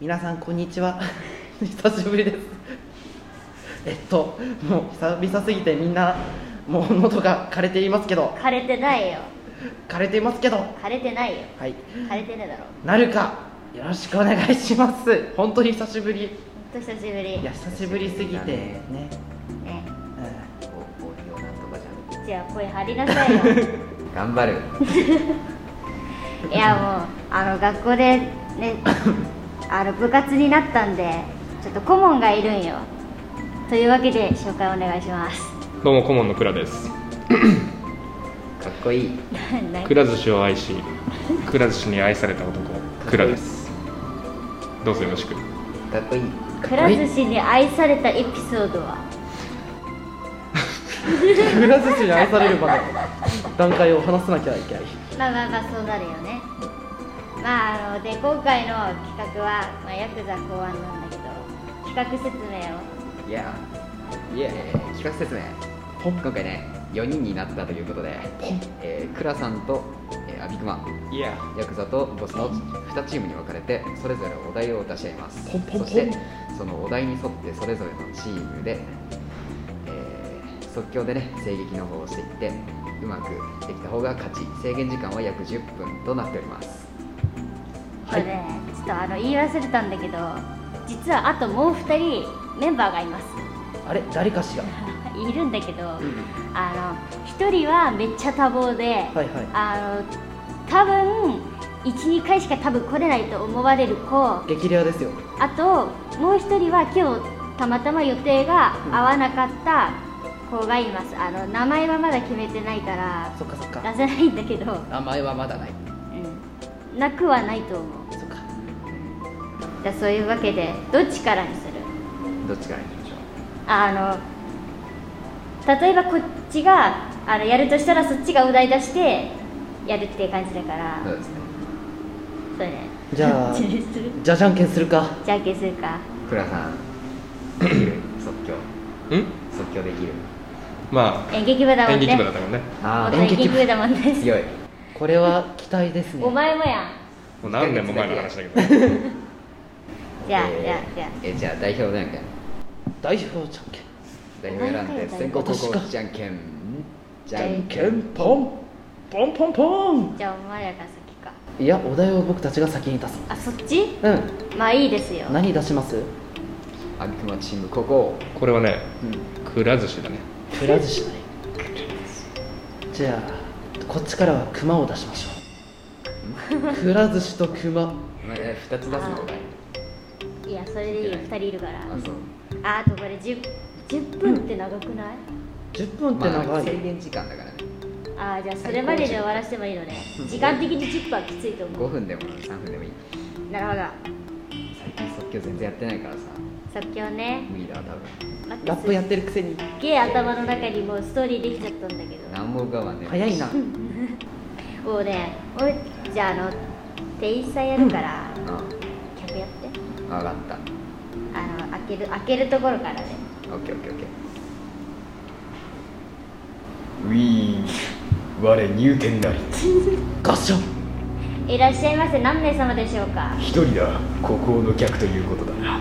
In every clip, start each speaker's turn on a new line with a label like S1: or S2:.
S1: 皆さんこんにちは 久しぶりですえっともう久々すぎてみんなもう喉が枯れていますけど
S2: 枯れてないよ
S1: 枯れていますけど
S2: 枯れてないよ
S1: はい
S2: 枯れてねえだろ
S1: なるかよろしくお願いします本当に久しぶり
S2: ほんと久しぶり
S1: いや
S2: ね
S1: 久しぶりすぎてね、
S3: お大喜利をなんとかじゃ
S2: じゃあ声張りなさいよ
S3: ん頑張る
S2: いやもうあの学校でねあの部活になったんでちょっと顧問がいるんよというわけで紹介お願いします
S4: どうも顧問の倉です
S3: かっこいい
S2: 何
S4: くら寿司を愛しくら寿司に愛された男くらですどうぞよろしく
S3: かっこいい
S2: くら寿司に愛されたエピソードは
S1: うん、くら寿司に愛されるまで段階を話さなきゃいけない
S2: まあまあまあそうなるよねまああので今回の企画は、まあ、ヤクザ考案なんだけど企画説明を
S3: いやいや企画説明
S1: ポン
S3: 今回ね4人になったということでえー、クラさんと、えー、アビクマ
S4: いや
S3: ヤクザとボスの2チームに分かれてそれぞれお題を出し合います
S1: ポンポンポン
S3: そしてそのお題に沿ってそれぞれのチームで、えー即興でね声撃の方をしていってうまくできた方が勝ち制限時間は約10分となっております
S2: これね、ちょっとあの言い忘れたんだけど実はあともう2人メンバーがいます
S1: あれ誰かしら、
S2: いるんだけ
S1: うん、
S2: ど、あの1人はめっちゃ多忙で、
S1: はいは
S2: あの多分12回しか多分来れないと思われる子あ
S1: い激レアですよ
S2: ともう1人は今日たまたま予定が合わなかった子がいますあの名前はまだ決めてないから
S1: そっかそっか
S2: 出せないんだけど、
S3: 名前はまだない
S2: うん、なくはないと思う
S1: そっか
S2: じゃあそういうわけでどっちからにする
S3: どっちからいきましょう
S2: あの例えばこっちがあのやるとしたらそっちがお題出してやるっていう感じだから、
S3: そうですね
S2: そうね
S1: じゃ あ
S2: どっちにする
S1: じゃじゃんけんするか
S2: じゃんけんするか
S3: クラ さんできる即興
S4: ん
S3: 即興できる
S4: ま
S2: 演劇部だ
S4: あ
S2: もん
S4: 演
S2: ね
S4: 劇部だったもんね
S2: も
S3: あ
S2: っ
S3: あ
S2: と
S1: 演
S2: 演
S1: 劇
S2: 劇
S1: 部
S2: 部だもんね
S3: 強い
S1: これは期待ですね
S2: お前もやん
S4: もう何年も前の話だけど
S2: じゃあ
S3: えー
S2: じゃあじゃあ
S3: えーじゃあ代表じゃんけん
S1: 代表じゃんけん
S3: 代表選んで先行後
S1: 私か
S3: 攻じゃんけんじゃ
S1: じゃん
S3: ん
S1: け
S3: け
S1: ん
S3: ん
S1: ポンポンポンポン
S2: じゃあお前らが先か
S1: いやお題を僕たちが先に出す
S2: あそっち
S1: うん
S2: まあいいですよ
S1: 何出します
S3: あくまチームここ
S4: これはね
S3: うん
S4: くら寿司だね
S1: くら寿司だねじゃあこっちからは熊を出しましょうくら寿司と熊
S3: まあえー二つ出すのお題
S2: いやそれでいいよ2人いるから
S3: あそう
S2: ああとこれ 10, 10分って長くない、
S1: 10分って
S3: ま
S1: 長
S3: あ
S1: い、
S3: 制限時間だからね
S2: ああじゃあそれまでで終わらせてもいいのね
S3: うん
S2: 時間的に10分はきついと思
S3: 5
S2: う
S3: 分でも3分でもいい
S2: なるほど
S3: 最近即興全然やってないからさ
S2: 即興ね
S3: 無理だわ多分
S2: 待って
S1: ラップやってるくせに
S2: すっげえ頭の中にもうストーリーできちゃったんだけど
S3: 何も浮かばんね
S1: 早いな
S2: もうねおいじゃああの店員さんやるから
S3: あ
S2: 客やって
S3: 分かった
S2: あの開ける開けるところからね
S3: オッケーオッケーオッケーウィー我入店なり
S1: ガシャン
S2: いらっしゃいませ何名様でしょうか
S3: 一人だ孤高の客ということだな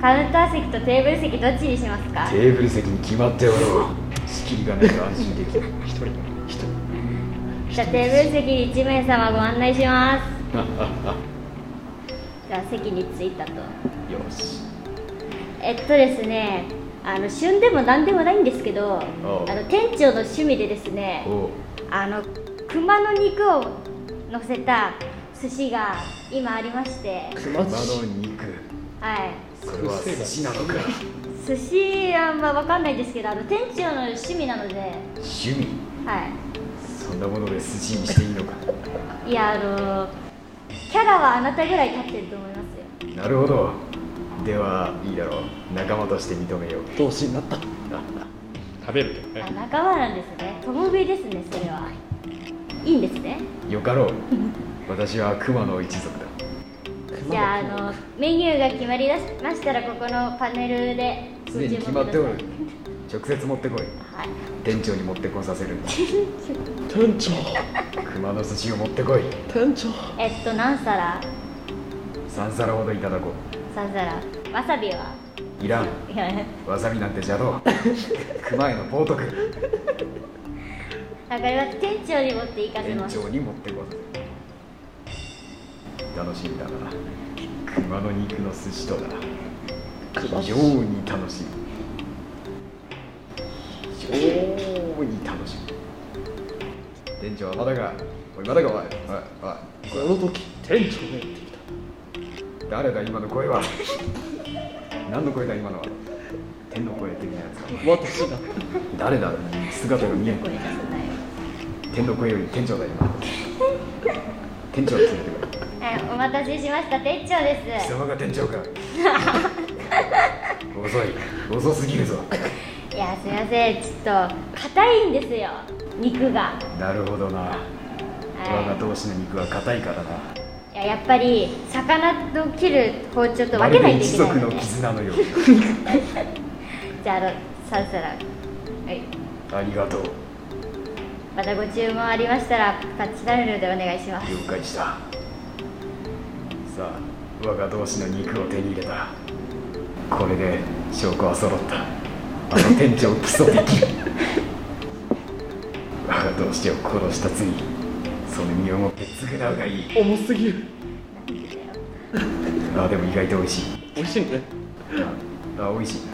S2: カウンター席とテーブル席どっちにしますか
S3: テーブル席に決まっておろう仕切りがないと安心できない
S4: 一人
S1: 一
S2: じゃあテーブル席に1名様ご案内します じゃあ席に着いたと
S3: よし
S2: えっとですねあの旬でも何でもないんですけどあ
S3: お
S2: の
S3: う
S2: 店長の趣味でですね
S3: おう
S2: あの熊の肉を乗せた寿司が今ありまして
S1: 熊寿
S3: 馬の
S1: 司
S3: 肉
S2: はい
S3: それは寿司なのか
S2: 寿司はあんま分かんないですけどあの店長の趣味なので
S3: 趣味
S2: は
S3: そんなもので寿司にしていいのか
S2: いいやあのキャラはあなたぐらい立ってると思いますよ
S3: なるほどではいいだろう仲間として認めよう
S1: 同士になった
S4: 食べるけど
S2: あ
S4: ね
S2: 仲間なんですね友食いですねそれはいいんですね
S3: よかろう私は熊の一族だ
S1: 熊
S2: じゃああのメニューが決まりだしましたらここのパネルです
S3: でに決まってお
S2: ご
S3: る
S2: 注文く
S3: 直接持ってこい
S2: ださいはい
S3: 店長に持ってこさせるんだ
S1: 店長
S3: 熊の寿司を持ってこい
S1: 店長
S2: えっと何皿
S3: 三皿ほどいただこ
S2: 三皿わさびは
S3: ういらん
S2: いや
S3: わさびなんて邪道熊への冒涜
S2: わかります店長に持って行かせ
S3: 園
S2: ます
S3: 長に持ってこい楽しみだな熊の肉の寿司とだ非常に楽しみ非常に楽しみ店長はまだかおいまだかおいおいおい
S1: この時店長がやってきた
S3: 誰だ今の声は何の声だ今のは天の声的なやつか
S1: 私が
S3: 誰だ姿が見えない
S2: これ出せな
S3: 天の声より店長だ今店長を連れてくる
S2: いはいお待たせしました店長で
S3: 貴
S2: す
S3: 様が店長か遅い遅すぎるぞ
S2: いやすいませんちょっと硬いんですよ肉が
S3: なるほどな我が同士の肉は硬いからない
S2: ややっぱり魚の切る包丁と
S3: ま
S2: 分け
S3: る
S2: ない
S3: で
S2: とい
S3: 一
S2: けない
S3: 族
S2: の
S3: の
S2: で
S3: 絆のよう
S2: じゃああの3皿はい
S3: ありがとう
S2: またご注文ありましたらパッチラルルでお願いします
S3: 了解したさあ我が同士の肉を手に入れたこれで証拠は揃ったあの店長基礎的 我が同士を殺した罪その身をもって償うがいい
S1: 重すぎる
S3: ああでも意外と美味しい
S1: 美味しいね
S3: ああ美味しいう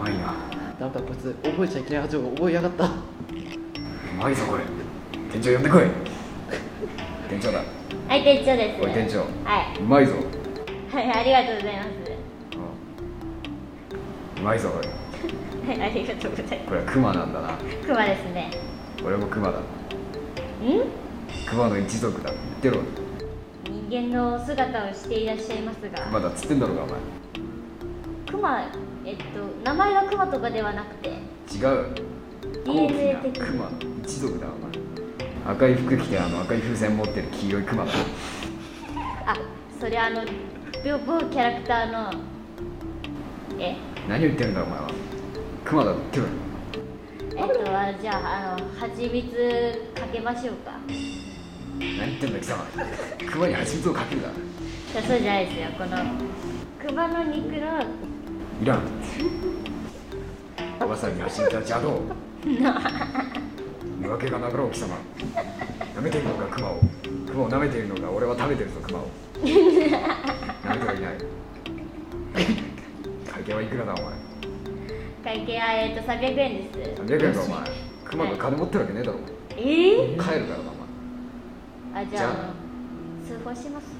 S3: まいな
S1: なんだこいつ覚えちゃいけない味を覚えやがった
S3: うまいぞこれ店長呼んでこい店長だ
S2: はい店長です
S3: おい店長
S2: は
S3: うまいぞ
S2: い、はい、ありがとうございま
S3: うんうまいぞこれ
S2: すはいありがとうございま
S3: これはクマなんだな
S2: す熊ですね
S3: 俺もクマだ
S2: ん
S3: クマの一族だ言ってろ
S2: 人間の姿をしていらっしゃいます
S3: ク
S2: が
S3: マだっつってんだろうがお前
S2: 熊えっと名前が熊とかではなくて
S3: 違う
S2: DNA
S3: 高貴
S2: 的
S3: なクマの一族だお前赤い服着てあの赤い風船持ってる黄色いクマだ
S2: あそれあの某某キャラクターのえ
S3: 何を言ってるんだお前はクマだって言って
S2: えっとあじゃああの蜂蜜かけましょうか
S3: ろ何言ってんだ貴様クマに蜂蜜をかけるない
S2: やそうじゃないですよこの熊の肉の
S3: いらんわさびの蜂蜜は邪道見分けがなかろう貴様舐めているのかクマをクマを舐めているのか俺は食べてるぞクマを舐めてはいない会計はいくらだお前
S2: 会計はえっと300円です
S3: 300円かお前クマが金持ってるわけねえだろ
S2: えー、
S3: 帰るからなお前
S2: あじ
S3: じゃ
S2: ゃ
S3: あ
S2: あ通報しますね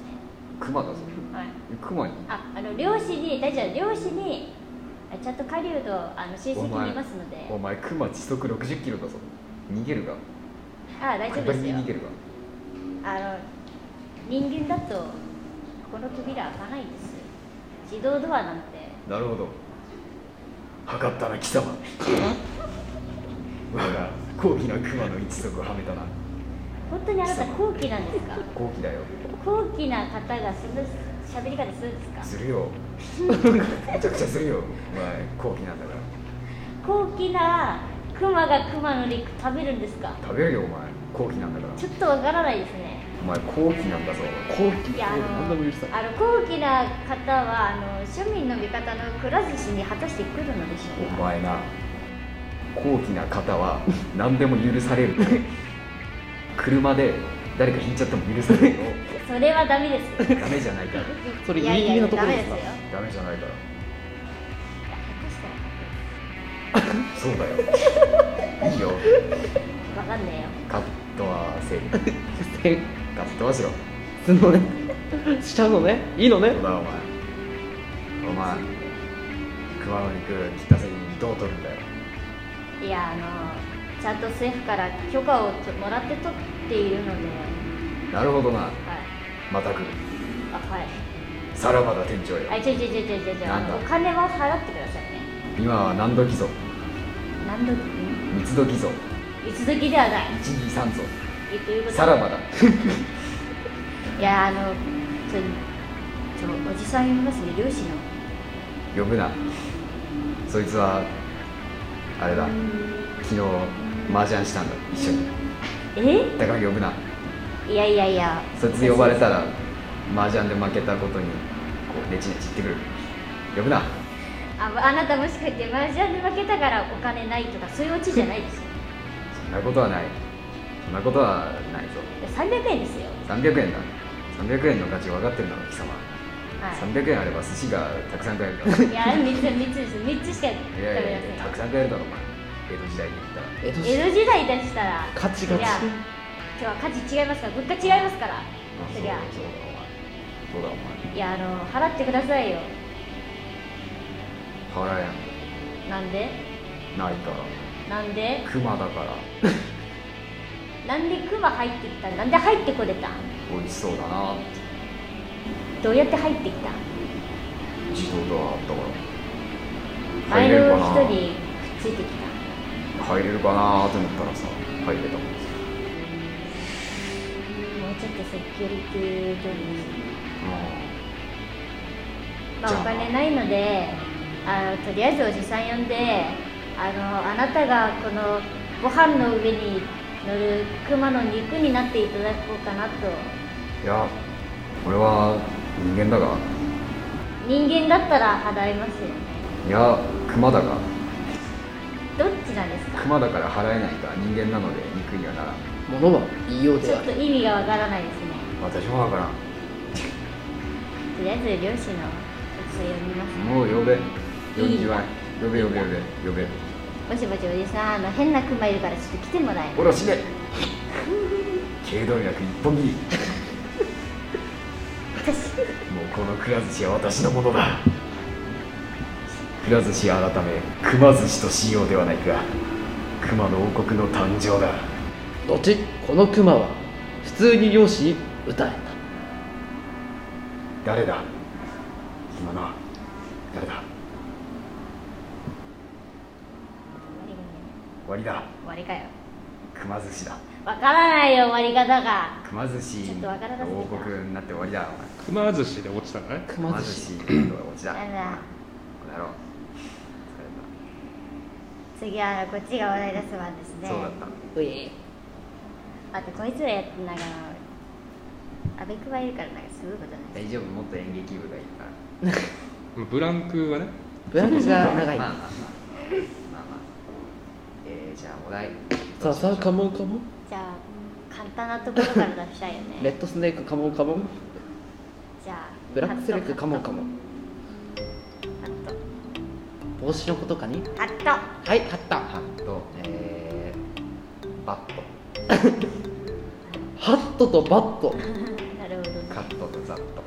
S3: クマだぞ
S2: はい
S3: クマに
S2: ああの漁師に大丈夫漁師にあちゃんと狩人あの親
S3: お
S2: 戚
S3: 前
S2: にいますので
S3: お前クマ時速60キロだぞ逃げるが
S2: あ大丈夫
S3: 簡単
S2: です
S3: に
S2: よ
S3: 逃げるが
S2: あの人間だとこの扉開かないんです自動ドアなんて
S3: なるほど測ったな貴様我が高貴な熊の一族をはめたな
S2: 本当にあなた高貴なんですか
S3: 高貴だよ
S2: 高貴な方がその喋り方するんですか
S3: するよめちゃくちゃするよお前高貴なんだから
S2: 高貴なクマがクマの肉食べるんですか
S3: 食べるよお前高貴なんだから
S2: ちょっとわからないですね
S3: お前高貴なんだぞ
S1: 高貴
S2: いやあの
S1: 何でも許さない
S2: あの高貴な方はあの庶民の味方のくら寿司に果たして来るのでしょう
S3: お
S2: か
S3: 前な高貴な方は何でも許される車で誰か引いちゃっても許されるよ
S2: それはダメですよ
S3: ダメじゃないから
S1: それ
S2: いや
S1: ギ
S2: い
S1: リギリ
S2: やいや
S1: のとこ
S2: ダ
S1: ろ
S2: メ
S1: で
S2: で
S1: か
S2: すすよ
S3: ダメじゃないから
S2: 果たした
S3: そうだよいいよ
S2: らわかんねえよ
S3: カットはせる
S1: せ
S3: カットはしろ
S1: すんのねしちゃうのねいいのね
S3: そうだお前お前熊の肉切った責任どう取るんだよ
S2: いやあのちゃんと政府から許可をともらって取っているので、
S3: なるほどな
S2: はい、
S3: また来る
S2: あはい、
S3: さらばだ店長よ
S2: あ、ちょいちょいちょいちょいちょいちょい、あ
S3: なんだ
S2: のお金は払ってくださいね。
S3: 今は何度偽造
S2: 何度ん
S3: 三つ度偽造
S2: いつ時ではない。
S3: 一二三造
S2: えということで
S3: さらばだ
S2: いやあのちょちょおじさんいますね漁師の
S3: 呼ぶなそいつはあれだ昨日麻雀したんだ一緒に
S2: え
S3: だから呼ぶない
S2: やいやいや
S3: そいつ呼ばれたら麻雀で負けたことにこうネチネチ言ってくる呼ぶな
S2: ああなたもしかしてマージャンで負けたからお金ないとかそういうオチじゃないですよ
S3: そんなことはないそんなことはないぞ
S2: 300円ですよ
S3: 300円だ300円の価値分かってるんだろ貴様
S2: は
S3: 300円あれば寿司がたくさん買えるだろ
S2: いいや3つ3つです3つしか食
S3: い
S2: べ
S3: や
S2: ら
S3: いや
S2: れ
S3: いや
S2: ない
S3: たくさん買えるだろお前江戸時代に行ったら
S1: えっと
S2: 江戸時代でしたら
S1: カチカチ
S2: いや今日は価値違いますから物価違いますからそりゃ
S3: そうだそうだお前
S2: いやあの払ってくださいよ
S3: そうだお前払
S2: なんで
S3: えんないか
S2: な
S3: ら
S2: んで
S3: 熊だから
S2: なんでクマ入ってきたなんで入ってこれたん
S3: 美味しそうだな
S2: どうやって入ってきたん
S3: 自動ドアあったか
S2: 前
S3: 入れるか
S2: の
S3: な
S2: 人にくっついてき
S3: ら入れるかなと思ったらさ入れたもんです
S2: たもうちょっとセキュリティ上手ですねま
S3: じ
S2: あ、
S3: ゃあ
S2: お金ないのであのとりあえずおじさん呼んであのあなたがこのご飯の上に乗る熊の肉になっていただこうかなと
S3: うんいや俺は人間だが
S2: 人間だったら払いますよね
S3: いや熊だが
S2: どっちなんですか
S3: 熊だから払えないが人間なので肉にはならん
S1: 物は言いよう
S2: ち
S1: で
S2: ょ
S1: あ
S2: っ
S1: る
S2: と意味がわからないですね
S3: 私もわからん
S2: とりあえず漁師のおじさん呼びますね
S3: もう呼べ呼
S2: いい
S3: んじまい呼べ呼べ呼べ呼べ
S2: ぼちぼちおじさんあの変な熊いるからちょっと来てもらえま
S3: おら死ね頸動脈一本切り
S2: す私
S3: もうこのくら寿司は私のものだくら寿司改め熊寿司としようではないか熊の王国の誕生だ
S1: 後このクマは普通に漁師に歌えた
S3: 誰だ今のは誰だ終わりだ
S2: 終わりかよ
S3: 熊寿司だ
S2: わからないよ終わり方が
S3: 熊寿司
S2: ちょっとわからなすぎ
S3: の
S2: た
S3: 王国になって終わりだ
S4: 熊寿司で落ちたんだね
S3: お前
S1: 熊
S3: 熊
S1: 寿
S3: 寿
S1: 司
S3: 司の落ちだ
S2: あら
S3: この野郎
S2: 次はこっちが笑い出す番ですね
S3: 疲れたそうだった
S1: うえ
S2: あとこいつらやってなんか阿部くばいるからなんかすごいことない
S3: 大丈夫もっと演劇部がいいから
S4: ブランクはね
S1: ブランクが長い
S3: まあまあまあまあまあえー、じゃあお題
S1: さあさあカモンカモン
S2: じゃあ簡単なところから出したいよ
S1: レ
S2: ね
S1: ッドスネークカモンカモン
S2: じゃあ
S1: ブラックスレックカモンカモン
S2: ハット
S1: 帽子のことかね
S2: ハット
S1: はい買った
S3: ハット、えー、バット、
S1: ハットとバット
S2: なるほどね
S3: カットとザット、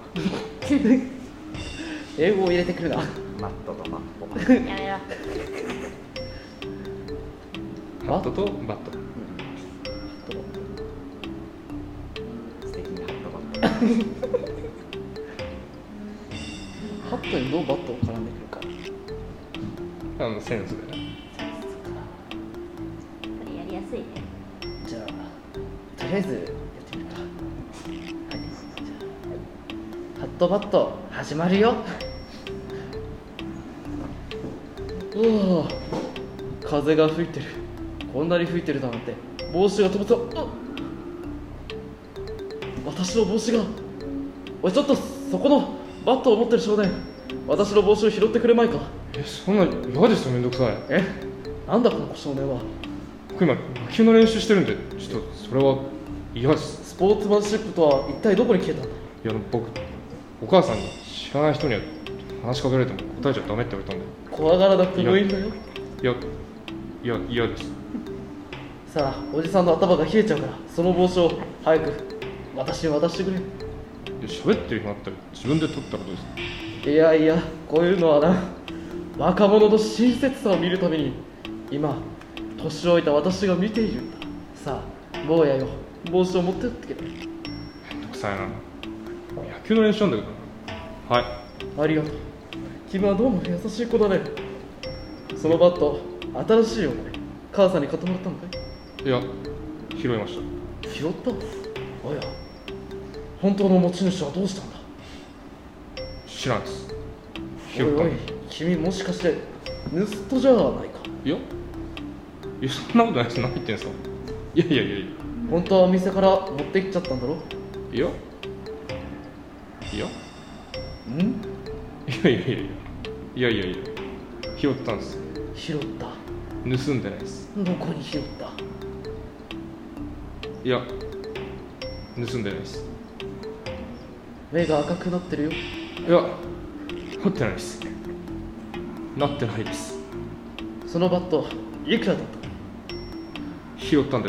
S1: 英語を入れてくるな
S3: マットとマッポ、
S2: やめろ
S4: ハットとバット
S3: 素敵なハットバット。
S1: ハットにどうバットを絡んでくるか
S4: あのセンスでね
S2: これやりやすいね
S1: じゃあとりあえずやってみるかはいじゃあハットバット始まるようわ風が吹いてるこんなに吹いてるだなんて帽子が飛ぶとあ私の帽子がおいちょっとそこのバットを持ってる少年私の帽子を拾ってくれまいか
S4: えそんな嫌ですよめんどくさい
S1: えなんだこの少年は
S4: 僕今野球の練習してるんでちょっとそれは嫌です
S1: スポーツマンシップとは一体どこに消えたんだ
S4: いや僕お母さんに知らない人には話しかけられても答えちゃダメって言われたんで
S1: 怖がらなくてもいいんだよ
S4: いやいや嫌です
S1: さあおじさんの頭が冷えちゃうからその帽子を早く私に渡してく
S4: いや喋ってる暇あったら自分で取ったことです
S1: れいやいやこういうのはな若者の親切さを見るために今年老いた私が見ているんださあ坊やよ帽子を持ってってくれ
S4: めんどくさいな野球の練習なんだけどはい
S1: ありがとう君はどうも優しい子だねそのバット新しいよね母さんに買ってもらったのかい
S4: いや拾いました
S1: 拾ったおや本当の持ち主はどうしたんだ
S4: 知らんです
S1: おい
S4: 拾った
S1: お
S4: ん
S1: い
S4: で
S1: 君もしかして盗っ人じゃないか
S4: いやいやそんなことないです何言ってんすかいやいやいやいや
S1: 本当はお店から持ってきちゃったんだろ
S4: いやいや
S3: ん
S4: いやいやいやいやいやいやいや拾ったんですよ
S1: 拾った
S4: 盗んでないです
S1: どこに拾った
S4: いや盗んでないです
S1: 目が赤くなってるよ
S4: いや持ってないですなってないです
S1: そのバットいくらだった
S4: 拾ったんで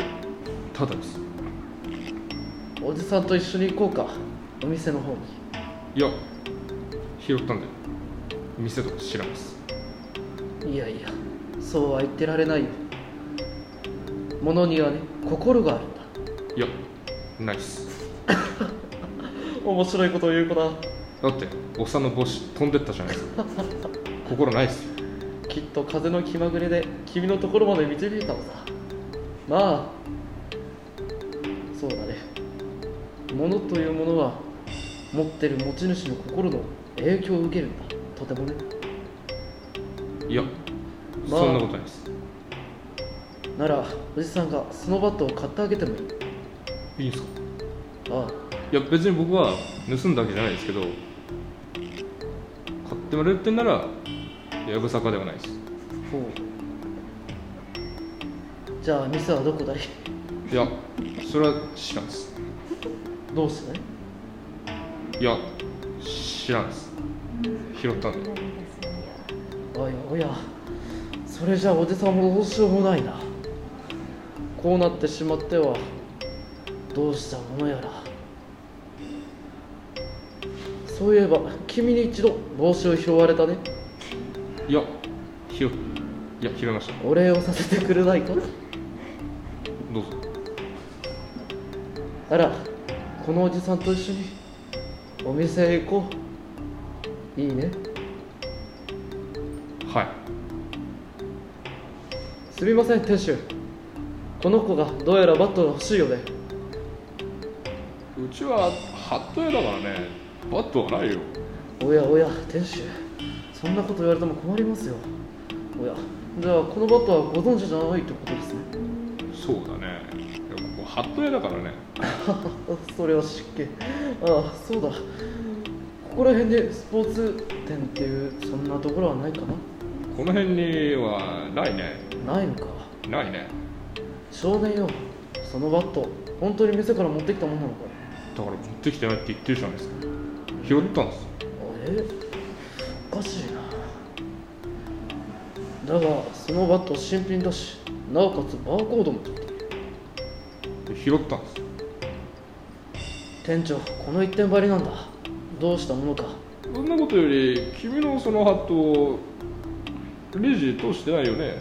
S4: ただです
S1: おじさんと一緒に行こうかお店の方に
S4: いや拾ったんで店とか知らないです
S1: いやいやそうは言ってられないよ物にはね心があるんだ
S4: いやないっす
S1: 面白いことを言う子だ
S4: だっておっさんの帽子飛んでったじゃないです か心ないっすよ
S1: きっと風の気まぐれで君のところまで導いたのさまあそうだね物というものは持ってる持ち主の心の影響を受けるんだとてもね
S4: いや、
S1: まあ
S4: そんなことないです
S1: ならおじさんがそのバットを買ってあげてもいい
S4: いいんですか
S1: ああ
S4: いや別に僕は盗んだわけじゃないですけど買ってもらえるってんならやぶさかではないです
S1: ほうじゃあ店はどこだい
S4: いやそれは知らんです
S1: どうしてね
S4: いや知らんです拾ったんで
S1: おやおやそれじゃあおじさんもどうしようもないなこうなってしまってはどうしたものやらそういえば君に一度帽子を拾われたね
S4: いや拾いや拾いました
S1: お礼をさせてくれないか
S4: どうぞ
S1: あらこのおじさんと一緒にお店へ行こういいね
S4: はい
S1: すみません店主この子がどうやらバットが欲しいよね
S4: うちはハット屋だからねバットはないよ
S1: おやおや店主そんなこと言われても困りますよおやじゃあこのバットはご存知じゃないってことですね
S4: そうだねいやここハット屋だからね
S1: それは失敬ああそうだここら辺でスポーツ店っていうそんなところはないか
S4: この辺にはないね
S1: なないのか
S4: ないね
S1: 少年よそのバット本当に店から持ってきたものなのか
S4: だから持ってきてないって言ってるじゃないですか拾ったんです
S1: あれおかしいなだがそのバット新品だしなおかつバーコードもついてる
S4: で拾ったんです
S1: 店長この一点張りなんだどうしたものか
S4: そんなことより君のそのハットをレジ通してないよね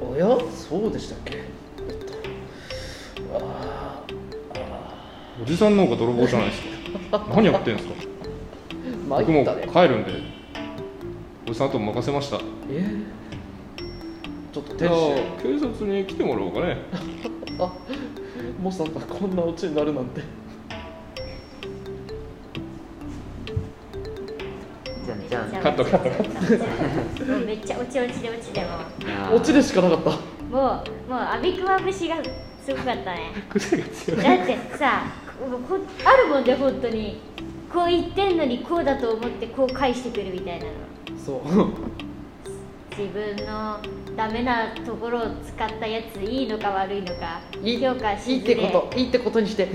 S1: おやそうでしたっけおっとあ
S4: おじさんの方が泥棒じゃないですか何やってんですか
S1: ー
S4: 僕
S1: 参
S4: も
S1: ったね
S4: 帰るんでおじさんと任せました
S1: えちょっと
S4: じ
S1: 店
S4: ゃあ
S1: 主
S4: 警察に来てもらおうかね
S1: あもさかこんなオチになるなんて
S3: じゃんじ
S2: めっちゃ
S3: ゃん
S4: カットカットカ
S2: もうめっちゃ落ち落ちで落ちでも
S3: あー
S1: オチでしかなかった
S2: うもうもうアビクマ節がすごかったね
S4: 癖が強い
S2: だってさここあるもんで本当にこう言ってんのにこうだと思ってこう返してくるみたいなの
S1: そう
S2: 自分のダメなところを使ったやついいのか悪いのか評価
S1: い
S2: し
S1: いっ
S2: づ
S1: て
S2: れ
S1: こといいってことにして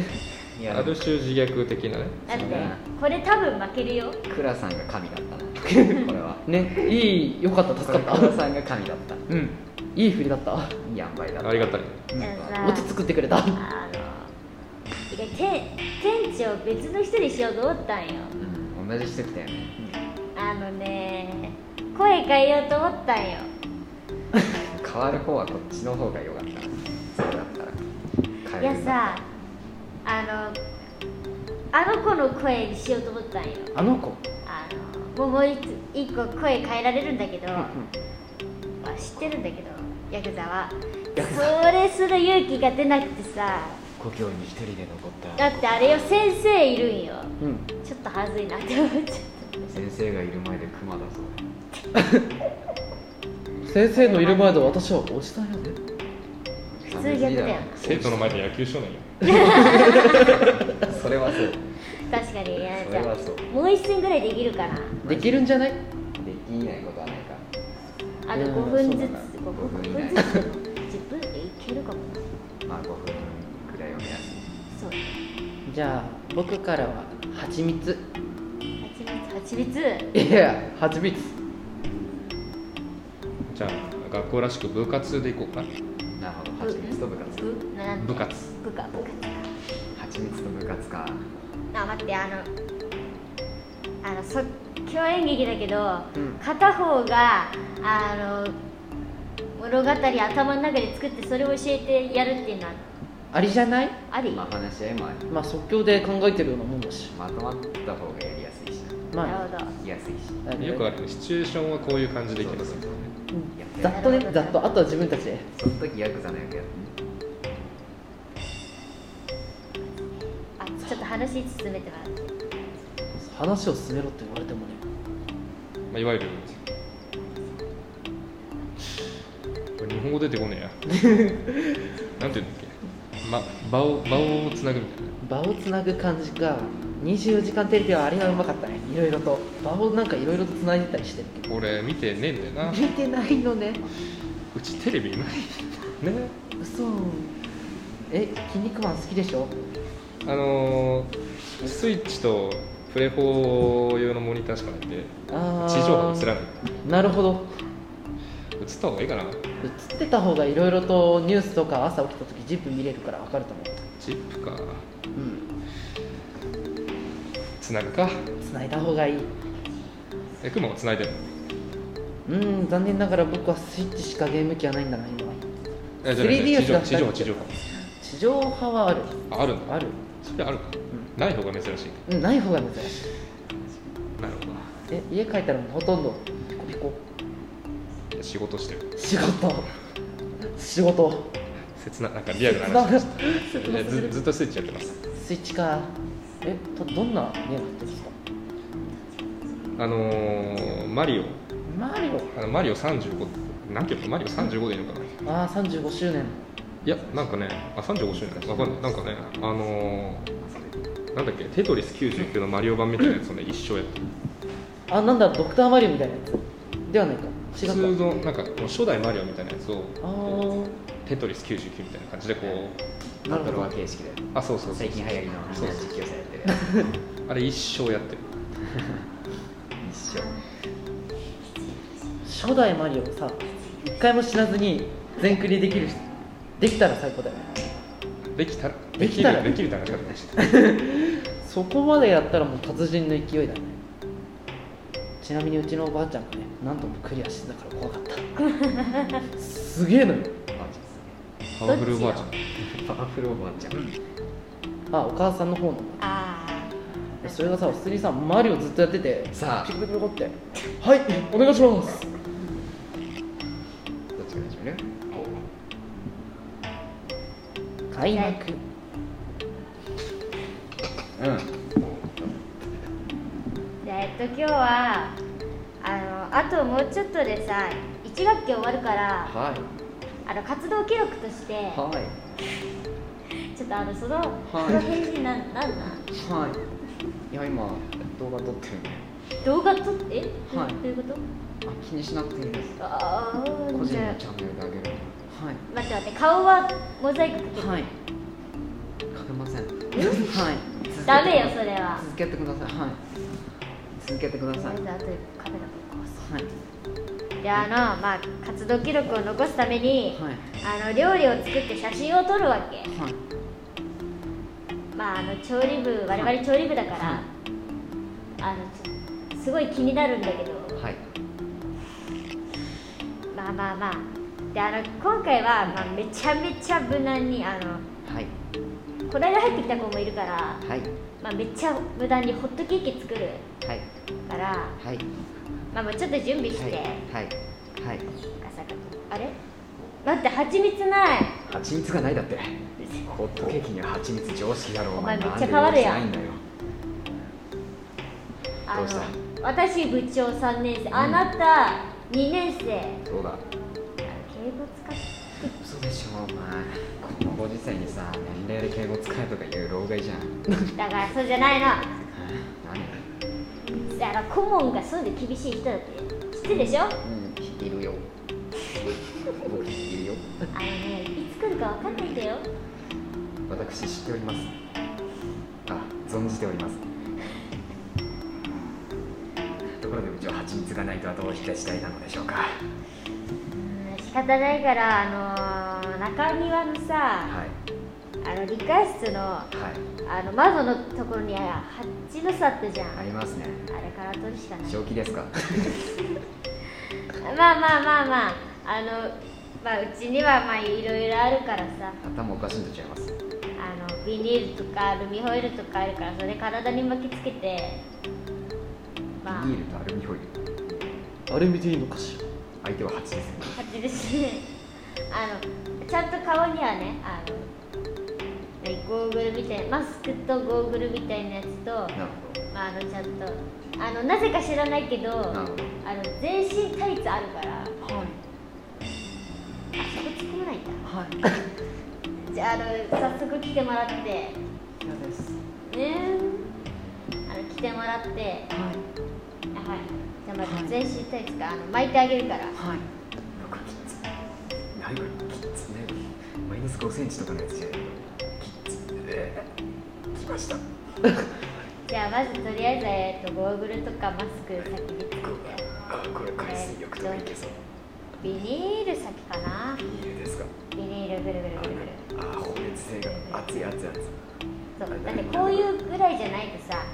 S3: いや
S4: ある種自虐的なね
S2: だって
S3: そうだな
S2: これ多分負けるよ
S3: クラさんが神だったなこれは
S1: ねいいよかった助か
S3: これクラ
S1: っ
S3: さんが神だった
S1: たうんいい振りだった
S3: いい塩梅だった
S4: ありがたい
S3: なんか
S2: あ
S1: オチ作ってくれた
S2: あのいや店店長別の人にしようと思ったんよ
S3: うん同じ人来たよね
S2: あのね声変えようと思ったんよ
S3: 変わる方はこっちの方が良かったそうだったら変
S2: い
S3: え
S2: や
S3: るんだ
S2: さあのあの子の声にしようと思ったんよ
S1: あの子
S2: あのもう一一個声変えられるんだけど、あ知ってるんだけどヤクザはそれする勇気が出なくてさ
S3: 故郷に一人で残っ
S2: だ
S3: た
S2: ってあれよ先生いるんよ
S1: うん
S2: ちょっと恥ずいなって思っちゃっ
S3: 先生がいる前で熊だぞ
S1: 先生のいる前で私はおじさんやね
S2: 普通逆だよな
S4: 生徒の前で野球少年よ
S3: それはそう
S2: た確かにいや
S3: そ
S2: じ
S3: れ
S2: ゃ
S3: はそう
S2: あもう一戦ぐらいできるかな
S1: できるんじゃない
S3: できないことはないか
S2: あと
S1: うん
S2: 5分ずつ
S3: そうだな
S2: 5分 ,5
S3: 5分
S2: 分
S3: 以内
S2: ずつ10分でいけるかもな
S3: まあ5分くらいを目安に
S2: そう
S1: じゃあ僕からは蜂蜜
S2: 蜂蜜蜂蜜
S1: いや蜂蜜
S4: じゃあ学校らしく部活でいこうか
S3: なるほど蜂蜜と部活
S2: 部なん
S4: 部
S2: て
S4: 活
S2: 部か部活
S3: 蜂蜜と部活か
S2: あ待ってあのあの即興演劇だけど、
S1: うん
S2: 片方があの物語頭の中で作ってそれを教えてやるっていうのは
S1: ありじゃない
S2: あり、
S3: まあ話し合いもある
S1: まあ即興で考えてるようなもんだし
S3: まとまった方がやりやすいし
S1: ま
S2: なるほど
S3: 聞きやすいし
S1: あ
S4: よくあるねシチュエーションはこういう感じでいきますよね
S3: や
S1: ざ
S3: って
S1: っとねざっとあとは自分たちで
S3: その時ヤクザの役やってね
S2: あちょっと話進めてもらって
S1: 話を進めろって言われてもね
S4: まあ、いわゆるこれ日本語出てこ ねえやなんていうんだっけ、ま、場を場をつなぐみたいな
S1: 場をつなぐ感じか24時間テレビはあれはうまかったねいろいろと場をなんかいろいろとつないでたりしてるけ
S4: 俺見てねえんだよな
S1: ど見てないのね
S4: うちテレ ビないね
S1: 嘘え筋肉マン好きでしょ
S4: あのースイッチとプレ4用のモニターしかないんで
S1: あー
S4: 地上波映らない
S1: なるほど
S4: 映った方がいいかな
S1: 映ってた方がいろいろとニュースとか朝起きた時ジップ見れるから分かると思
S4: チップか
S1: う
S4: つなぐか
S1: うんつないだ方がいい
S4: えクマもつないでるの
S1: うん残念ながら僕はスイッチしかゲーム機はないんだな今は
S4: えじゃあね
S1: 3DS
S4: 地上
S1: が
S4: 地上
S1: 二
S4: 波
S1: 人
S4: 地上波
S1: 地上波はある
S4: ああるんだ
S1: ある
S4: それあるか、ない方が珍しい
S1: うんない方が珍しい
S4: なるほど
S1: え家帰ったらもうほとんどピコピコ
S4: 仕事してる
S1: 仕事仕事
S4: 切ななんかリアルな話でした
S1: 切
S4: い
S1: な
S4: やずずっとスイッチやってます
S1: スイッチかえとどんなゲームやってるんですか
S4: あのー、マリオ
S1: マリオ
S4: あのマリオ35なんていうのマリオ35でいいのかない
S1: ああ35周年
S4: やなんかねあ35周年わかんないなんかねあのー、なんだっけテトリス99のマリオ版みたいなやつをね一生やってる
S1: あなんだドクターマリオみたいなやつではないか違っ
S4: 普
S1: た
S4: 通のなんかもう初代マリオみたいなやつを
S1: あ
S4: こ
S1: ー
S4: うテトリス99みたいな感じでこう
S1: なる
S3: バ
S1: ほ
S3: ト
S1: ど
S3: ルは形式で
S4: あそうそうそう
S3: 最近流行りのみん
S4: そう
S3: な
S4: そう
S3: 実況されてるやつ
S4: あれ一生やってる
S3: 一緒
S1: 初代マリオをさ一回も死なずに全クリできる人できたら最高だよね
S4: できたら
S1: できたら
S4: できるできるって話が出ました
S1: そこまでやったらもう達人の勢いだねちなみにうちのおばあちゃんがね何度もクリアしてたから怖かったすげえのよ
S3: おばあちゃんす
S4: パワフルおばあちゃん
S3: ねパワフルおばあちゃん
S1: あお母さんの方の
S2: あ
S1: でそれがさ普通にさマリオずっとやってて
S3: さあ
S1: ピコピコピコってはいお願いします
S3: どっちから始める
S1: 開幕
S3: うん
S2: あでえっと今日はあのあともうちょっとでさ1学期終わるから
S3: はい
S2: あの活動記録として
S3: はい
S2: ちょっとあのその、
S3: い
S2: その返事ななんなん
S3: はいいや今動画撮ってるんで
S2: 動画撮ってえ
S3: はい
S2: どういうこと
S3: あ気にしなくていいです
S2: ああ
S3: 個
S2: じ
S3: 人
S2: ゃ
S3: の
S2: あ
S3: チャンネルであげるんで
S1: はい
S2: 待って待って顔はモザイクかけてる、
S1: はい
S3: かけませんはい
S2: ダメよそれは
S3: 続けてくださいはい続けてくだ
S2: と
S3: さい
S2: りあえず後でカメラぶっ
S3: はい
S2: 壊すであのまあ活動記録を残すために、
S3: はい
S2: あの料理を作って写真を撮るわけ
S3: はい
S2: まああの調理部我々調理部だから、
S3: はい
S2: あのちょすごい気になるんだけど
S3: はい
S2: まあまあまあであの今回は、まあ、めちゃめちゃ無難にあの
S3: はい
S2: この間入ってきた子もいるから、
S3: はい
S2: まあ、めっちゃ無駄にホットケーキ作る
S3: はい
S2: から、
S3: はい
S2: まあ、まあちょっと準備して、
S3: はいはい
S2: 朝からあれ待って蜂蜜ない
S3: 蜂蜜がないだってホットケーキには蜂蜜常識だろう
S2: お前めっちゃ
S3: なんで
S2: 変わるやん
S3: 用意しないんだよ
S2: あ
S3: ど
S2: の
S3: うした
S2: 私部長3年生あなた2年生あの
S3: そうだ
S2: 敬語使って
S3: 嘘でしょお前このご時世にさ年齢で敬語使えとか言う老害じゃん
S2: だからそうじゃないの
S3: 何
S2: だから顧問がそうで厳しい人だって知ってるでしょあ
S3: うんいるよ僕いるよ
S2: のねいつ来るか分かんないんだよ
S3: 私知っておりますあ存じておりますところで部長蜂蜜がないとはどういった事態なのでしょうか
S2: うん仕方ないからあのー中庭の
S3: は
S2: さ
S3: い
S2: あの理科室の
S3: はい
S2: あの窓のところにあ蜂の巣あったじゃん、
S3: ありますね
S2: あれから取るしかない
S3: 正気ですか
S2: まあまあまあまああのまあうちにはまあいろいろあるからさ
S3: 頭おかしいんとちゃいます
S2: あのビニールとかアルミホイルとかあるからそれ体に巻きつけてまあ
S3: ビニールとアルミホイル
S1: あれ見ていいのかし
S3: 相手は蜂ですね
S2: 蜂ですねあのちゃんと顔にはねあのゴーグルみたいマスクとゴーグルみたいなやつと、
S3: なる
S2: まあ、あのちゃんとあのなぜか知らないけど
S3: ほどな
S2: あ
S3: るほ
S2: の
S3: ど
S2: 全身タイツあるからあ
S1: はい
S2: そこ突っ込まないんだ
S1: はい
S2: じゃああの早速来てもらって
S1: 嫌です
S2: ねあの来てもらってはい
S1: はい
S2: じゃあま
S1: はい
S2: ず全身タイツかあの巻いてあげるから
S1: はい
S3: 僕はキッズ何これキッズねマイナス5センチとかのやつじゃないのキッズえー来ました
S2: じゃあまずとりあえず、えー、とゴーグルとかマスク先につけて
S3: こあこれ海水浴とかいけそう
S2: ビニール先かな
S3: ビニールですか
S2: ビニールぐるぐる
S3: あ
S2: ぐるぐる
S3: あ放熱性が熱い熱い熱い
S2: そうだってこういうぐらいじゃないとさ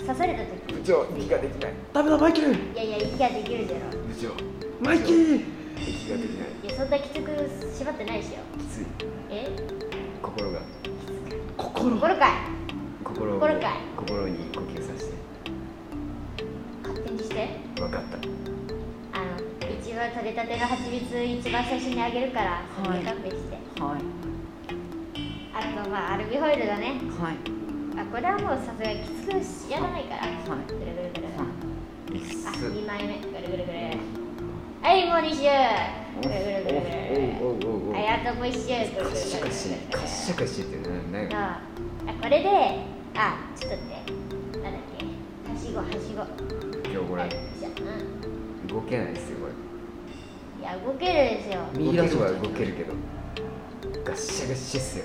S2: 刺された時
S3: 部長息ができない
S1: ダメだマイケル
S2: いやいや息ができるじゃろ
S3: 部長
S1: マイキー
S3: 息ができな
S2: い
S3: い
S2: やそんなきつく縛ってないでしょ
S3: きつい
S2: え
S3: 心が
S1: 心
S2: 心かい
S3: 心を
S2: 心かい
S3: 心に呼吸させ
S2: 勝手にして
S3: て分かった
S2: あの一番取れたての蜂蜜一番最初にあげるからそれで勘弁して、
S1: はい
S2: あとまあアルミホイルだね
S1: はい
S2: あこれはもうさすがにきつくやらないから
S1: はい
S2: ぐるぐるぐる
S3: いくつ
S2: あ2枚目ぐるぐるぐるはいもう2周ぐるぐるぐる
S3: お
S2: ぐ
S3: うおうおうお
S2: る
S3: う
S2: はいあともう1周ぐるぐるぐ
S3: カッシャカ
S2: る
S3: シ
S2: ぐ
S3: カッシャカシって何
S2: る
S3: だよ
S2: あこれであちょっと待ってなんだっけはしごはしご
S3: 今日こ
S2: は
S3: れ
S2: いじゃあ
S3: 動けないですよこ
S2: う
S3: れ
S2: んいや動けるですよ
S3: 動けるは動けるけどガッシャガッシャっすよ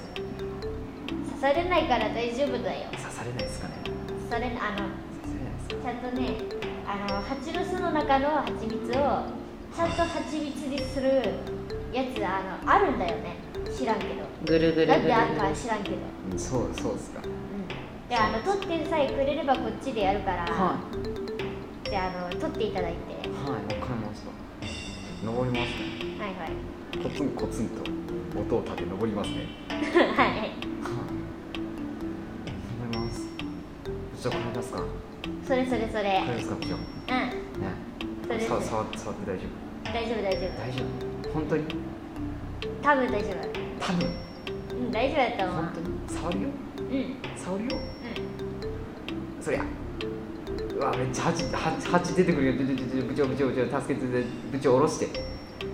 S2: 刺されないから大丈夫だよ
S3: 刺されないですかね
S2: 刺されないあの
S3: 刺されないですか
S2: ちゃんとね、あの蜂の巣の中の蜂蜜をちゃんと蜂蜜にするやつあのあるんだよね。知らんけど。
S1: ぐるぐるぐ
S2: な
S1: る
S2: ん
S1: ぐ
S2: で
S1: る
S2: あるか知らんけど。
S3: うんそうそうっすか
S2: うん。で、あの取ってさえくれればこっちでやるから。
S1: は
S2: で、あの取っていただいて。
S1: いは
S3: わかりました登りますね
S2: はいはい。
S3: コツンコツンと音を立て登りますね
S2: はい。
S3: はい。思います。じゃあこれですか。こ
S2: それそれそれ。
S3: れですか、部長。ね。
S2: うん。それです
S3: さ触って触って大丈
S2: 大丈夫大丈
S3: 夫。大丈夫。本当に。
S2: 夫。多分大丈
S3: 多分。
S2: 夫。うん、大丈夫だと思
S3: 本当に。触るよ。
S2: う。うん。うん。
S3: 触るよ。そりゃ。うわ、めっちゃ蜂蜂蜂出てくるよ。出て出て部長部長部長助けて部長下ろして。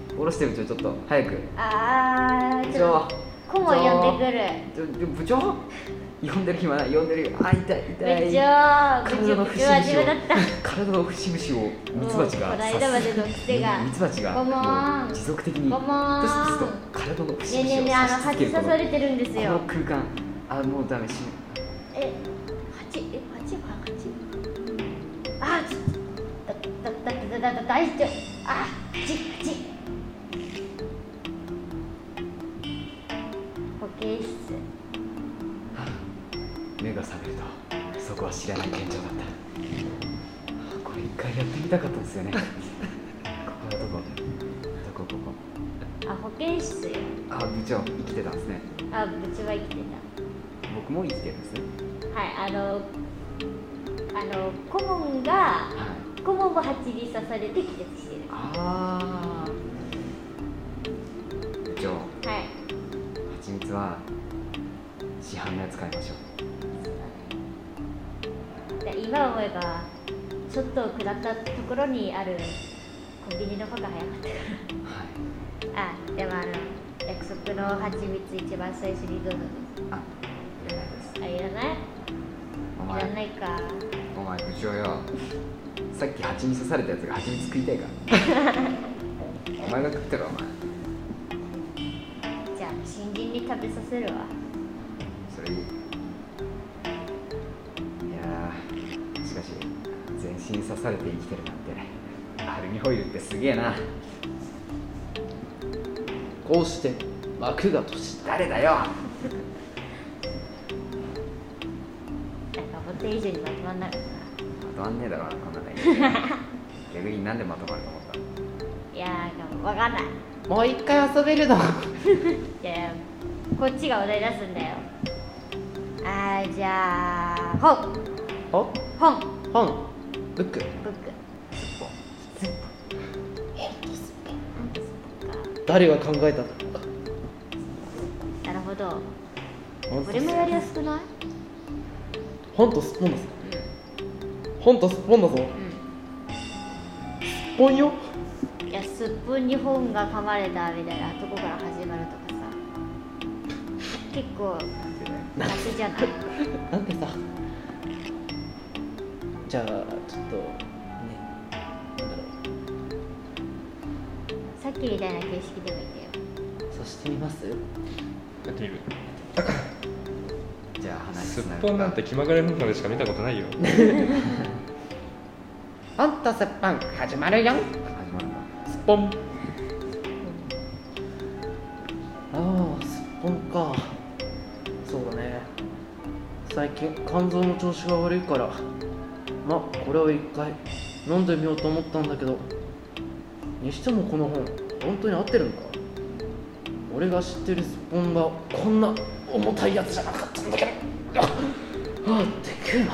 S3: 下ろして部長ちょっと早く。
S2: あー、
S3: 部
S2: ちょっ
S3: 長。
S2: と、顧問呼んでくる。
S3: ちょちょ部長。呼んでる暇ない。呼んでるよ。あ痛い
S2: 部
S3: 痛い。
S2: 長、部
S3: 体
S2: 長、
S3: の
S2: 部
S3: 節
S2: 長は自分だ
S3: 々
S2: っ
S3: を
S2: た。
S3: 体の節々をミツバチが
S2: もうこの
S3: 刺す
S2: 間までの癖が
S3: ミツバチが
S2: ごもーん
S3: もう持続的に
S2: ごもーん
S3: プスプスと体の
S2: ねえ
S3: 節
S2: ねえねえ
S3: 々を刺
S2: あの
S3: し続
S2: 蜂
S3: け
S2: 刺
S3: るこの
S2: されてるんです
S3: こ
S2: よ
S3: の空間あもうダメし
S2: え蜂え蜂は蜂あちょっとだだだだだだ大丈夫あ蜂蜂保健室
S3: 目が覚めるとそこは知らない現状だったこれ一回やってみたかったんですよねここはどこどこここ
S2: あ保健室よ
S3: あ部長生きてたんですね
S2: あ部長は生きて
S3: 僕も生きてるんですね
S2: たはいあのあの顧問が
S3: はい
S2: 顧問も蜂に刺されて気絶してる
S3: ああ部長
S2: はい
S3: 蜂蜜は市販のやつ買いましょう
S2: で今思えばちょっと下ったところにあるコンビニの方が早かったか
S3: はい
S2: らあでもあの約束の蜂蜜一番最初にどうぞ
S3: あいらないです
S2: あいらない
S3: お
S2: いら
S3: 前
S2: ないか
S3: お前部長よさっき蜂に刺されたやつが蜂蜜食いたいから お前が食ってろお前
S2: じゃあ新人に食べさせるわ
S3: それいいいやーしかし全身刺されて生きてるなんてアルミホイルってすげえな
S1: こうして幕が閉じた
S3: 誰だよ
S2: なんか思った以上にまとまんなかった
S3: まとまんねえだろこんなの逆になんでまとまると思った
S2: ないやーなんかわかんない
S1: もう一回遊べるの
S2: いやいやこっちがお題出すんだよあーじゃあ本
S1: お
S2: 本
S1: 本ブック
S2: ブック
S1: 誰が考えたんだろ
S2: なるほど
S1: う
S2: これもやりやすくない
S1: 本とスポンだぞ本とスポンだぞ
S2: う
S1: スポンよ
S2: んいやすっぽんに本が噛まれたみたいなとこから始まるとかさ結構楽じゃ ない
S1: なんてさじゃあちょっとねなんだろ
S2: さっきみたいな形式でもいいんだよ
S1: う刺してみます
S4: やってみる
S3: じゃあ話
S4: す
S3: つ
S4: っ
S3: なぐ
S4: ぽ
S3: か
S4: んなんて気まぐれ文化でしか見たことないよ
S1: 本とスポン始まるよ
S3: 始まるんだ
S1: スポンああすっぽんかそうだね最近肝臓の調子が悪いからまあこれを一回飲んでみようと思ったんだけどにしてもこの本本当に合ってるのか俺が知ってるすっぽんがこんな重たいやつじゃなかったんだけどああでけえな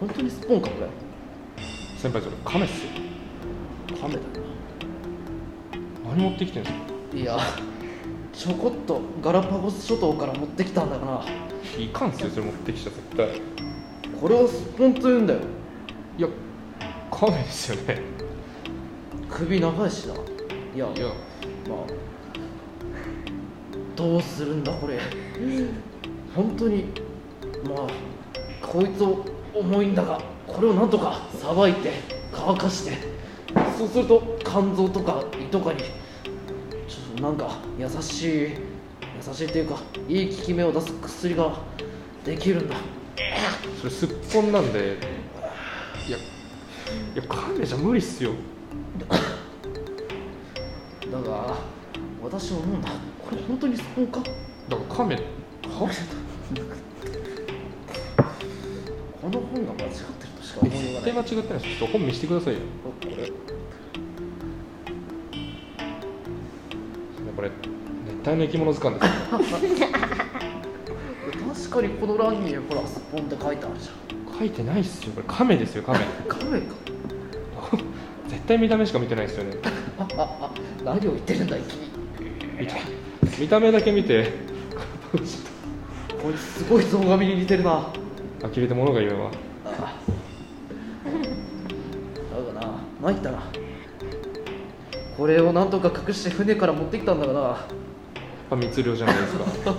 S1: 本当にすっぽんかこれ
S4: 先輩それ亀っすよ
S1: 亀だな
S4: 何持ってきてんすか
S1: いやちょこっとガラパゴス諸島から持ってきたんだがない
S4: かんっすよそれ持ってきちゃ絶対
S1: これをスポンと言うんだよ
S4: いや亀ですよね
S1: 首長いしないや
S4: いや
S1: まあどうするんだこれ本当にまあこいつを重いんだがこれをなんとかさばいて乾かしてそうすると肝臓とか胃とかにちょっとなんか優しい優しいというかいい効き目を出す薬ができるんだ
S4: それすっぽんなんでいやいや亀じゃ無理っすよ
S1: だが私は思うんだこれ本当にスポンか
S4: だから亀は
S1: この本が間違ってるとしか思いよ
S4: 絶
S1: うが
S4: 対
S1: ない
S4: 間違ってないっすちょっと本見してくださいよ
S1: これ
S4: これ熱帯の生き物図鑑ですよ
S1: 確かにこの欄にほらスポンって書いてあるじゃ
S4: 書いてないっすよこれ亀ですよ亀
S1: んカメか
S4: 絶対見た目しか見てないっすよね
S1: あああ何を言ってるんだいきに
S4: 見た見た目だけ見て
S1: こいつすごいゾウガミに似てるな
S4: 呆れて物が言えば
S1: あだがな参ったなこれをなんとか隠して船から持ってきたんだがな
S4: あ密漁じゃないですか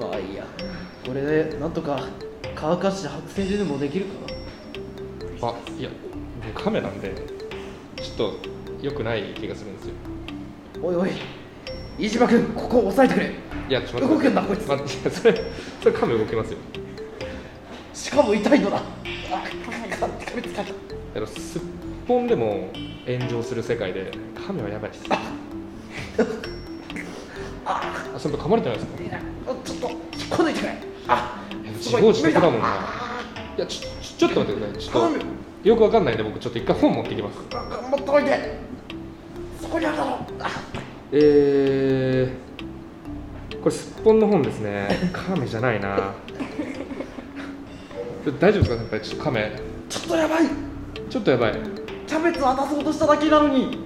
S1: まあいいやこれでなんとか乾かして白線でもできるかな
S4: あいや亀なんでちょっと良くない気がするんですよ
S1: おいおい飯島君ここを押さえてくれ
S4: いやちょっと待
S1: 動く
S4: って
S1: んだこいつ
S4: 待っていやそれそれ亀動きますよ
S1: しかも痛いのだ
S2: かなり
S1: これ使った
S4: あのすっぽんでも炎上する世界で亀はやばいですあ先輩噛まれてないですかいや
S1: あちょっと引っこ抜いてくれあ
S4: 自業自得だもんないやちょちょちょっと待ってくださいちょっとよくわかんないんで僕ちょっと一回本持ってきます
S1: あ持っておいてそこにあるだろあ
S4: えー、これすっぽんの本ですね亀じゃないなちょっと大丈夫ですか先輩ちょっと亀
S1: ちょっとやばい
S4: ちょっとやばい
S1: キャベツ渡そうとしただけなのに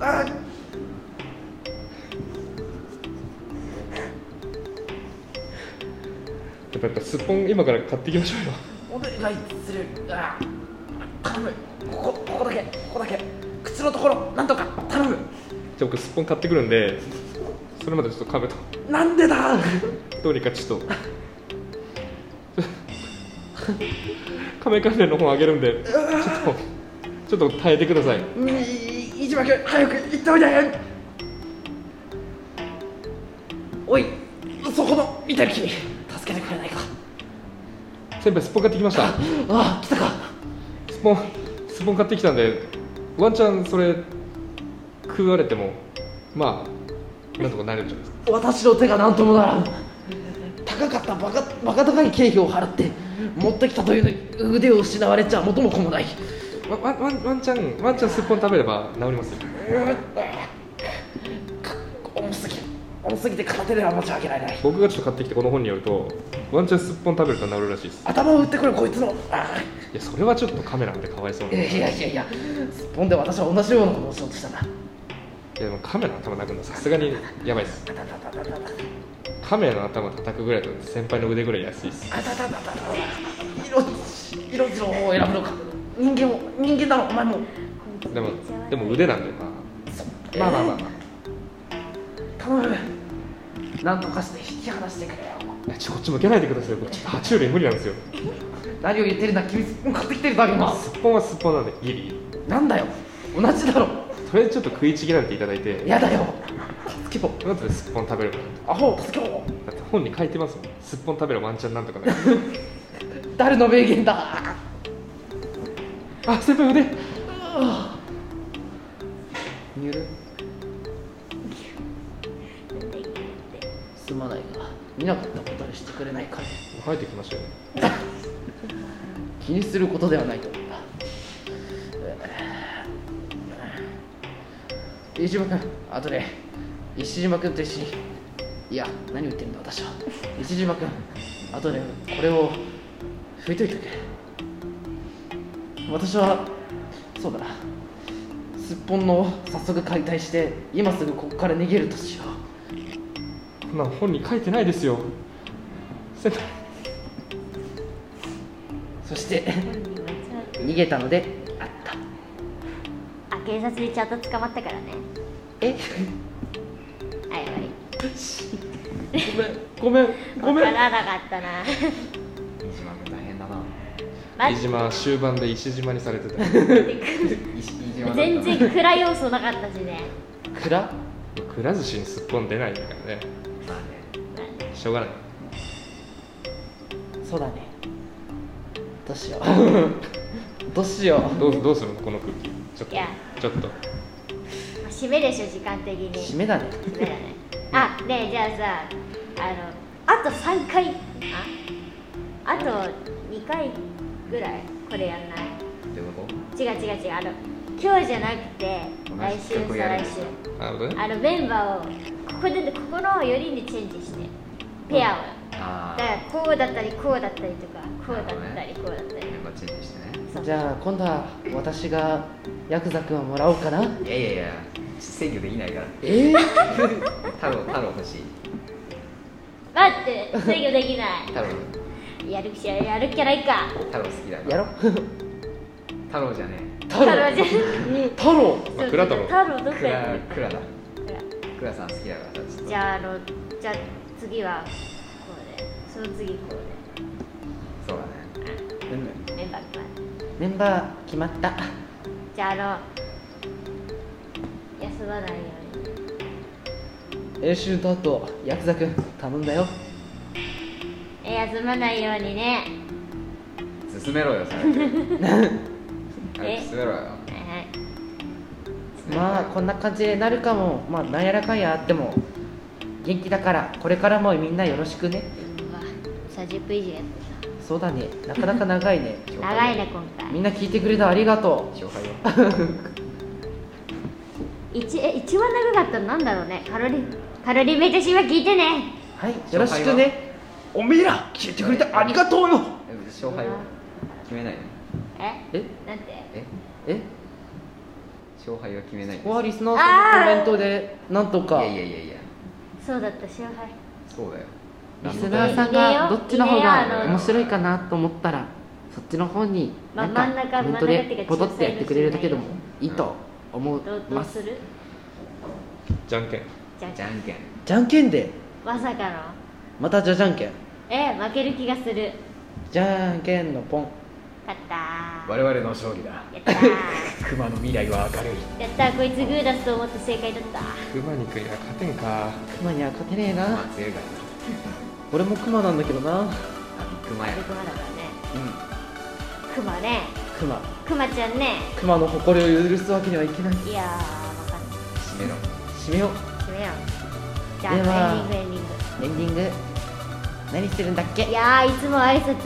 S1: あ
S4: やっぱやっぱすっぽん今から買っていきましょうよ
S1: お願いするあ頼むここここだけここだけ口のところなんとか頼む
S4: じゃあ僕すっぽん買ってくるんでそれまでちょっとカブと
S1: なんでだ
S4: どうにかちょっと亀関連の本あげるんでちょっとちょっと耐えてください
S1: 一番早く行っておいでおいそこの見てる君助けてくれないか
S4: 先輩すっぽん買ってきました
S1: ああ来たか
S4: スポンスポン買ってきたんでワンチャンそれ食われてもまあなんとかなるんじゃないですか
S1: 私の手が何ともならん高かったバカバカ高い経費を払って持ってきたというのに腕を失われちゃ元も子もない
S4: ワワワンワンチャンワンチャンスポン食べれば治りますよ
S1: 重すぎる重すぎて片手では持ち上げられない
S4: 僕がちょっと買ってきてこの本によるとワンチャンすっぽん食べると治るらしいです
S1: 頭を打ってくるこいつのああ
S4: いやそれはちょっとカメラなんでかわいそうなん
S1: いや
S4: で
S1: いやいやいやすっぽんで私は同じようなことをしようとしたんだ
S4: いやでもカメラの頭なくのさすがにやばいです
S1: あたたたたたた
S4: カメラの頭叩くぐらいだと先輩の腕ぐらい安いです
S1: あたたたたた命命の方を選ぶのか人間を人間だろお前も
S4: でもでも腕なんでまあまあまあまあ、まあ
S1: 頼む何とかして引き離してくれよ
S4: いやちょこっち向けないでくださいよ僕ちょっと爬虫類無理なんですよ
S1: 何を言ってるんだ君すっぽん買ってきてるだろ今
S4: すっぽんはすっぽんなんでギリギリ
S1: なんだよ同じだろ
S4: とりあえずちょっと食いちぎられていただいて
S1: やだよ助けろ
S4: なんとですっぽん食べれば
S1: アホ助けろ
S4: だって本に書いてますもんすっぽん食べればワンチャンなんとかなる
S1: 誰の名言だ
S4: あ先輩腕
S1: ニュルすまないが見なかったことにしてくれないかね
S4: 生えてきましたよね
S1: 気にすることではないと思った飯島君あとで石島君と一緒にいや何を言ってるんだ私は石島君あとでこれを拭いといてくれ私はそうだなすっぽんのを早速解体して今すぐここから逃げるとしよう
S4: こんなん本に書いてないですよ先輩
S1: そして逃げたのであった
S2: あ警察にちゃんと捕まったからね
S1: え
S2: 謝り
S4: ごめんごめ
S2: 分か
S4: ん
S2: らなかったな
S3: 飯島君大変だな
S2: マ
S4: 飯
S2: ジ
S4: 島終盤で石島にさ れてた
S3: 石飯島だったな
S2: 全然暗い要素なかったしね
S1: 蔵
S4: くら寿司にすっぽん出ないからね
S3: まあね
S4: しょうがない
S1: そうだねどうしようどう しよ
S4: どうどうするのこの空気ちょっ
S2: いや
S4: とちょっと
S2: まあ締めでしょ時間的に
S1: う締めだね
S2: 締めだねあねえじゃあさあのあと3回ああと2回ぐらいこれやんない
S3: どういうこ
S2: 違う違う違うあの今日じゃなくて
S3: 同
S2: 来
S3: じ
S2: 週
S3: 企画
S2: 再
S3: や
S2: 来
S3: る
S2: 週
S4: なるほどね
S2: あのメンバーをここでここの4人でチェンジしてペアを、
S3: とあ
S2: だからこうだったりこうだったりとかこうだったりこうだった
S3: あ
S2: り
S3: メンバーチェンジしてね
S2: そう
S1: じゃあ今度は私がヤクザくんをもらおうかない
S3: やいやいや制御できないから
S1: ええ
S3: 太郎太郎欲しい
S2: 待って制御できな
S3: 太郎
S2: いやる気やる気ないか
S3: 太郎好きだか
S1: や
S3: ら
S1: ろ
S3: 太郎じゃね
S1: 太郎
S2: じゃ
S1: 太郎
S4: まあ蔵太郎
S2: 太郎ど
S3: え
S2: こ
S3: ク
S2: や
S3: ラ
S2: っ
S3: クラだ
S2: たの蔵
S3: クラさん好きだからさちょっ
S2: じゃああのじゃあ次はこうでその次こ
S3: とそうだね
S2: うでメンバー決まる
S1: メンバー決まった
S2: じゃああの休まないように
S1: 演習とあとヤクザくん頼んだよ
S2: え休まないようにね
S3: 進めろよそ れあれ
S2: え
S3: 進めろ
S2: は
S3: よ
S2: いはい
S1: まあこんな感じになるかもまあなんやらかんやあっても元気だからこれからもみんなよろしくね
S2: うわ30分以上やって
S1: そうだねなかなか長いね
S2: た長いね今回
S1: みんな聞いてくれてありがと
S3: 勝敗よ
S2: 一え一番長かったのなんだろうねカロリーカロリーめちゃしは聞いてね
S1: うはいよろしくねおめえら聞いてくれてありがとうよ
S3: え勝敗を決めないの
S2: え
S1: え
S2: なんて
S3: え
S1: え
S3: 勝敗は決めない
S1: こ
S3: の
S1: こはリスナーさんのコメントでなんとか
S3: いやいやいやいや
S2: そうだった勝敗
S3: そうだよ
S1: リスナーさんがどっちの方
S2: いいねいい
S1: が
S2: ね
S1: 面白いかなと思ったらそっちの方に
S2: ま
S1: なん
S2: 真ん
S1: かコ
S2: 中
S1: メント
S2: 真ん中ってい
S1: で
S2: うか
S1: ポトってやってくれるだけでも
S2: 小さ
S1: いいと思い
S2: どうど
S1: ま
S2: う
S1: す
S2: する
S4: じゃんけん
S2: じゃ
S3: じゃんけん
S1: じゃんけんで
S2: まさかの
S1: またじゃじゃんけん
S2: え負ける気がする
S1: じゃんけんのポン
S2: 勝ったー
S3: 我々の勝利だ
S2: やったー
S3: 熊の未来は明るい
S2: やったーこいつグー出すと思って正解だった
S4: 熊にくいな勝てんか
S1: クマには勝てねえ
S3: 熊
S1: な
S3: 強いから
S1: 俺もクマなんだけどな
S3: なあビッグマや
S2: クマだからね
S3: う
S2: クマね
S1: クマ
S2: クマちゃんね
S1: クマの誇りを許すわけにはいけない
S2: いやー分かっ
S3: ん締
S1: 締め
S3: めろ
S1: よ
S2: た決めようじゃ
S1: では
S2: あエンディングエンディング
S1: うエンディング何してるんだっけ
S2: い
S1: えっ
S2: やーいつも挨拶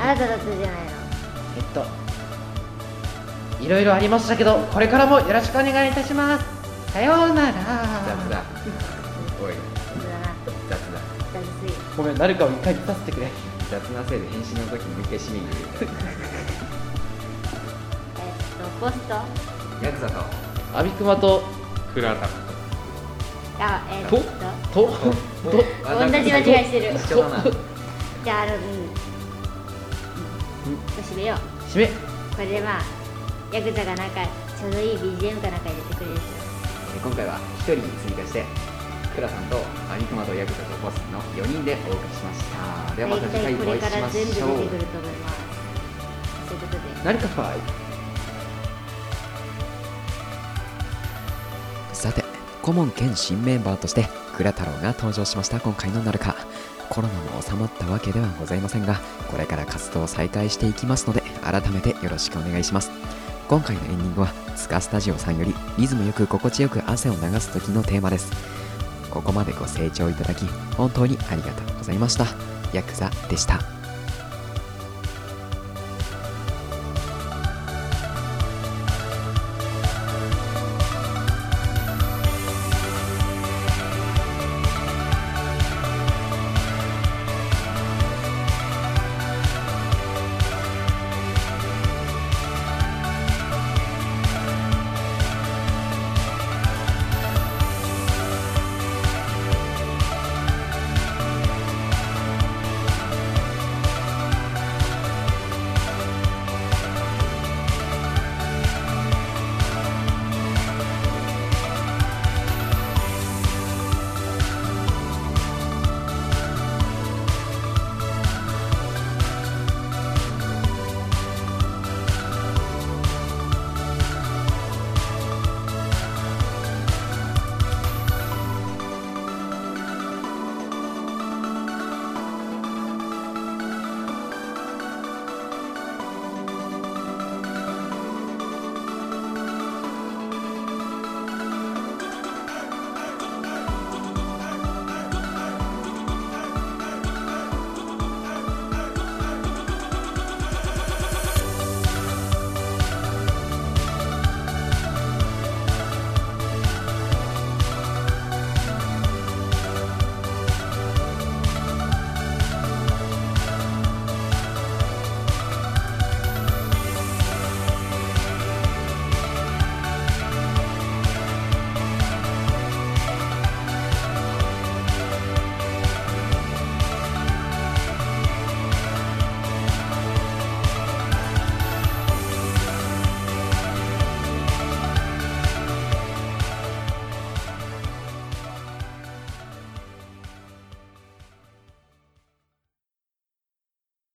S2: あなただったじゃないの
S1: といろいろありましたけどこれからもよろしくお願いいたしますさような
S3: 雑
S1: ら
S3: だお
S2: そう
S3: い
S2: だな
S3: 雑だ
S2: 雑すぎる
S1: ごめん誰かを一回させてくれ
S3: 雑なせいで返信の時にもう一回締めに入れて
S2: えっとポスト
S3: ヤクザと
S1: アビクマと
S4: クラタ
S2: あえっと
S4: と
S1: とと
S3: あ
S2: 同じ間違いしてる
S3: 一緒だな
S2: じゃああのうん閉めよう
S1: 締め
S2: これでまあヤクザがなんかちょうどいい BGM かなんか入れてくれるし
S3: えー今回は1人に追加してクラさんとアニクマとヤクザとボスの4人でお送りしましたではま
S2: 大
S3: た次
S2: 体
S3: 回
S2: こ
S3: お会
S2: れ
S3: い
S2: か
S3: し
S2: ら
S3: ま
S2: 全部出
S3: してょう
S2: くると思いますということで
S1: 何かファイ
S3: さて顧問兼新メンバーとして倉太郎が登場しました今回の「なるか」コロナも収まったわけではございませんがこれから活動を再開していきますので改めてよろしくお願いします今回のエンディングはスカスタジオさんよりリズムよく心地よく汗を流す時のテーマですここまでご清聴いただき本当にありがとうございましたヤクザでした